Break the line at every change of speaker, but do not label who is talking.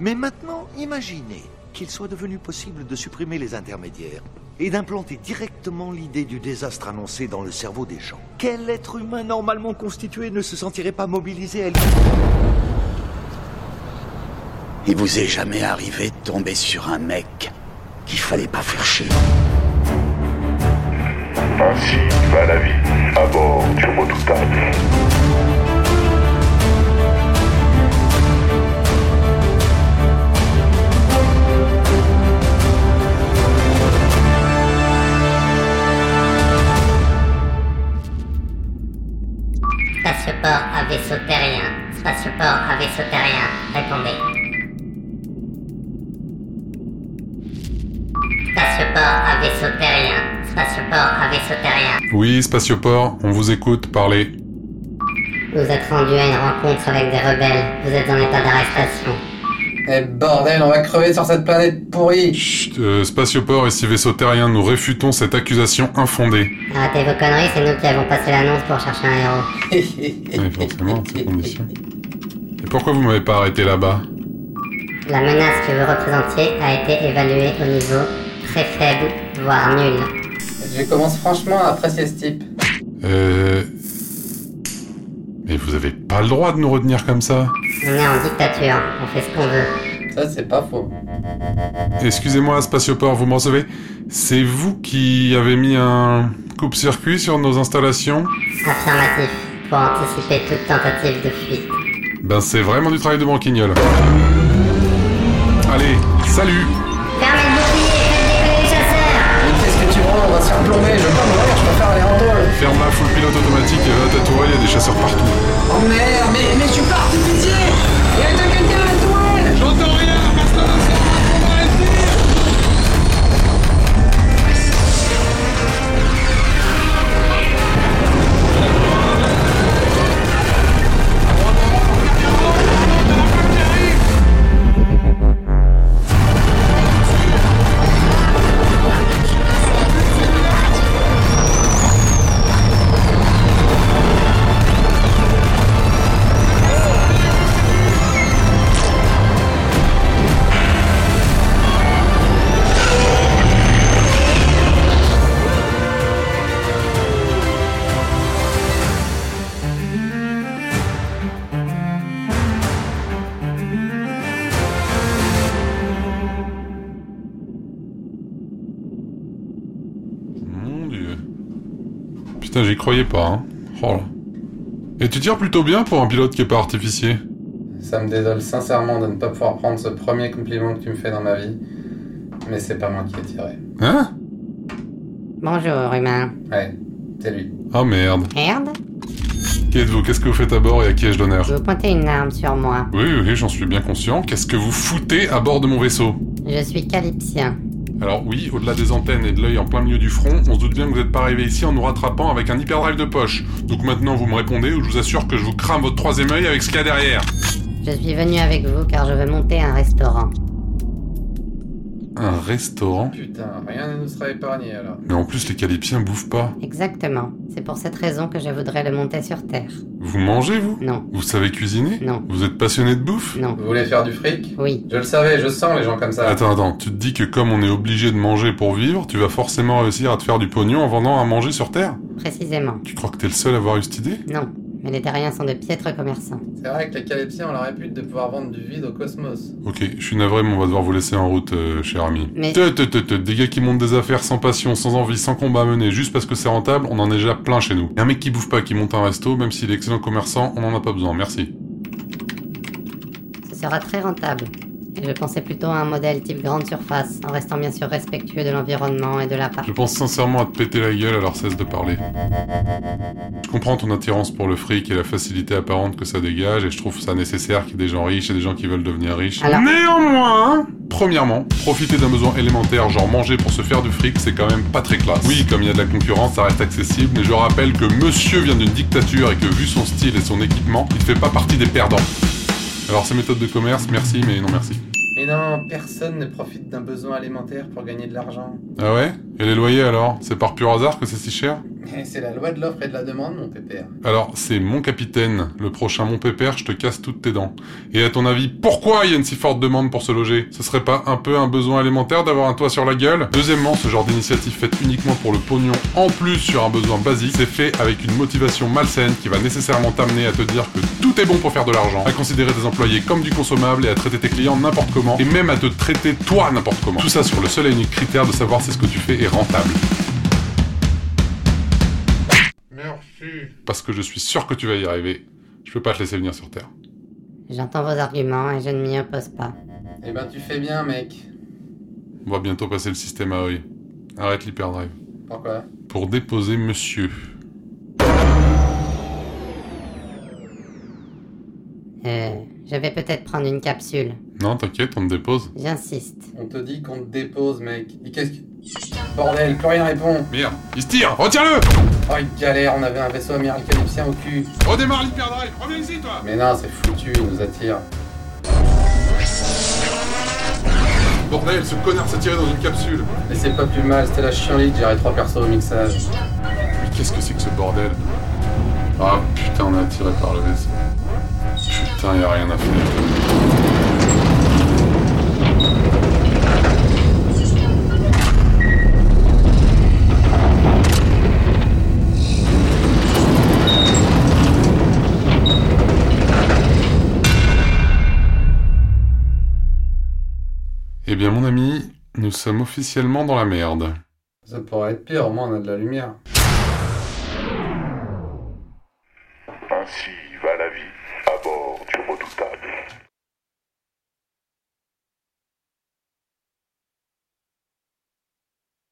Mais maintenant, imaginez qu'il soit devenu possible de supprimer les intermédiaires et d'implanter directement l'idée du désastre annoncé dans le cerveau des gens. Quel être humain normalement constitué ne se sentirait pas mobilisé à l-
Il vous est jamais arrivé de tomber sur un mec qu'il fallait pas faire chier
Ainsi va la vie à bord du redoutable.
Spatioport à vaisseau terrien. Spatioport à vaisseau terrien. Répondez. Spatioport à vaisseau terrien. Spatioport à vaisseau terrien.
Oui, Spatioport, on vous écoute parler.
Vous êtes rendu à une rencontre avec des rebelles. Vous êtes en état d'arrestation.
Eh bordel, on va crever sur cette planète pourrie
Chut, euh, Spatioport et si vaisseau terrien, nous réfutons cette accusation infondée.
Arrêtez vos conneries, c'est nous qui avons passé l'annonce pour chercher un héros.
Oui, forcément, à ces conditions. Et pourquoi vous m'avez pas arrêté là-bas
La menace que vous représentiez a été évaluée au niveau très faible, voire nul.
Je commence franchement à apprécier ce type.
Euh... Mais vous avez pas le droit de nous retenir comme ça.
On est en dictature, on fait ce qu'on veut.
Ça, c'est pas faux.
Excusez-moi, Spatioport, vous me recevez C'est vous qui avez mis un coupe-circuit sur nos installations
Affirmatif, pour anticiper toute tentative de fuite.
Ben c'est vraiment du travail de branquignol. Allez, salut
Fermez le bouclier, faites décoller les chasseurs
Mais qu'est-ce que tu vois On va se faire plomber, je veux pas mourir, je préfère aller en tôle.
Ferme la full pilote automatique et va à ta tourelle, il y a des chasseurs partout.
Oh merde, mais, mais je suis parti, pitié Il y a quelqu'un à la toile
Mon dieu. Putain, j'y croyais pas, hein. Oh là. Et tu tires plutôt bien pour un pilote qui est pas artificier.
Ça me désole sincèrement de ne pas pouvoir prendre ce premier compliment que tu me fais dans ma vie. Mais c'est pas moi qui ai tiré.
Hein
Bonjour, humain.
Ouais, c'est lui.
Oh merde.
Merde
Qui êtes-vous Qu'est-ce que vous faites à bord et à qui ai-je l'honneur
Vous pointez une arme sur moi.
Oui, oui, j'en suis bien conscient. Qu'est-ce que vous foutez à bord de mon vaisseau
Je suis calypsien.
Alors oui, au-delà des antennes et de l'œil en plein milieu du front, on se doute bien que vous n'êtes pas arrivé ici en nous rattrapant avec un hyperdrive de poche. Donc maintenant vous me répondez ou je vous assure que je vous crame votre troisième œil avec ce qu'il y a derrière.
Je suis venu avec vous car je veux monter un restaurant.
Un restaurant
Putain, rien ne nous sera épargné alors.
Mais en plus les calypsiens bouffent pas.
Exactement. C'est pour cette raison que je voudrais le monter sur Terre.
Vous mangez vous
Non.
Vous savez cuisiner
Non.
Vous êtes passionné de bouffe
Non.
Vous voulez faire du fric
Oui.
Je le savais, je sens les gens comme ça.
Attends, attends, tu te dis que comme on est obligé de manger pour vivre, tu vas forcément réussir à te faire du pognon en vendant à manger sur Terre
Précisément.
Tu crois que t'es le seul à avoir eu cette idée
Non. Mais les terriens sont de piètres commerçants.
C'est vrai que les calypsiens ont la répute de pouvoir vendre du vide au cosmos.
Ok, je suis navré, mais on va devoir vous laisser en route, euh, cher ami.
Mais-
Te, te, te, te, des gars qui montent des affaires sans passion, sans envie, sans combat à mener, juste parce que c'est rentable, on en est déjà plein chez nous. Et un mec qui bouffe pas, qui monte un resto, même s'il est excellent commerçant, on en a pas besoin, merci.
Ce sera très rentable. Et je pensais plutôt à un modèle type grande surface, en restant bien sûr respectueux de l'environnement et de la part.
Je pense sincèrement à te péter la gueule, alors cesse de parler. Je comprends ton attirance pour le fric et la facilité apparente que ça dégage, et je trouve ça nécessaire qu'il y ait des gens riches et des gens qui veulent devenir riches.
Alors-
Néanmoins, premièrement, profiter d'un besoin élémentaire, genre manger pour se faire du fric, c'est quand même pas très classe. Oui, comme il y a de la concurrence, ça reste accessible, mais je rappelle que monsieur vient d'une dictature et que vu son style et son équipement, il fait pas partie des perdants. Alors ces méthodes de commerce, merci, mais non merci.
Mais non, personne ne profite d'un besoin alimentaire pour gagner de l'argent.
Ah ouais Et les loyers alors C'est par pur hasard que c'est si cher
Mais Eh, c'est la loi de l'offre et de la demande, mon pépère.
Alors, c'est mon capitaine, le prochain mon pépère, je te casse toutes tes dents. Et à ton avis, pourquoi il y a une si forte demande pour se loger Ce serait pas un peu un besoin élémentaire d'avoir un toit sur la gueule Deuxièmement, ce genre d'initiative faite uniquement pour le pognon en plus sur un besoin basique, c'est fait avec une motivation malsaine qui va nécessairement t'amener à te dire que tout est bon pour faire de l'argent, à considérer tes employés comme du consommable et à traiter tes clients n'importe comment, et même à te traiter toi n'importe comment. Tout ça sur le seul et unique critère de savoir si ce que tu fais est rentable.
Merci.
Parce que je suis sûr que tu vas y arriver. Je peux pas te laisser venir sur Terre.
J'entends vos arguments et je ne m'y oppose pas.
Eh ben, tu fais bien, mec.
On va bientôt passer le système AOE. Arrête l'hyperdrive.
Pourquoi
Pour déposer monsieur.
Euh, je vais peut-être prendre une capsule.
Non, t'inquiète, on te dépose.
J'insiste.
On te dit qu'on te dépose, mec. Et qu'est-ce que. Bordel, plus rien répond.
Merde, il se tire Retiens-le
Oh, il galère, on avait un vaisseau amiral calypsien au cul.
Redémarre l'hyperdrive Reviens ici, toi
Mais non, c'est foutu, il nous attire.
Bordel, ce connard s'est tiré dans une capsule
Mais c'est pas plus mal, c'était la chienlit, j'avais trois persos au mixage.
Mais qu'est-ce que c'est que ce bordel Ah putain, on est attiré par le vaisseau. Putain, y a rien à faire. Eh bien, mon ami, nous sommes officiellement dans la merde.
Ça pourrait être pire, au moins on a de la lumière.
Ainsi va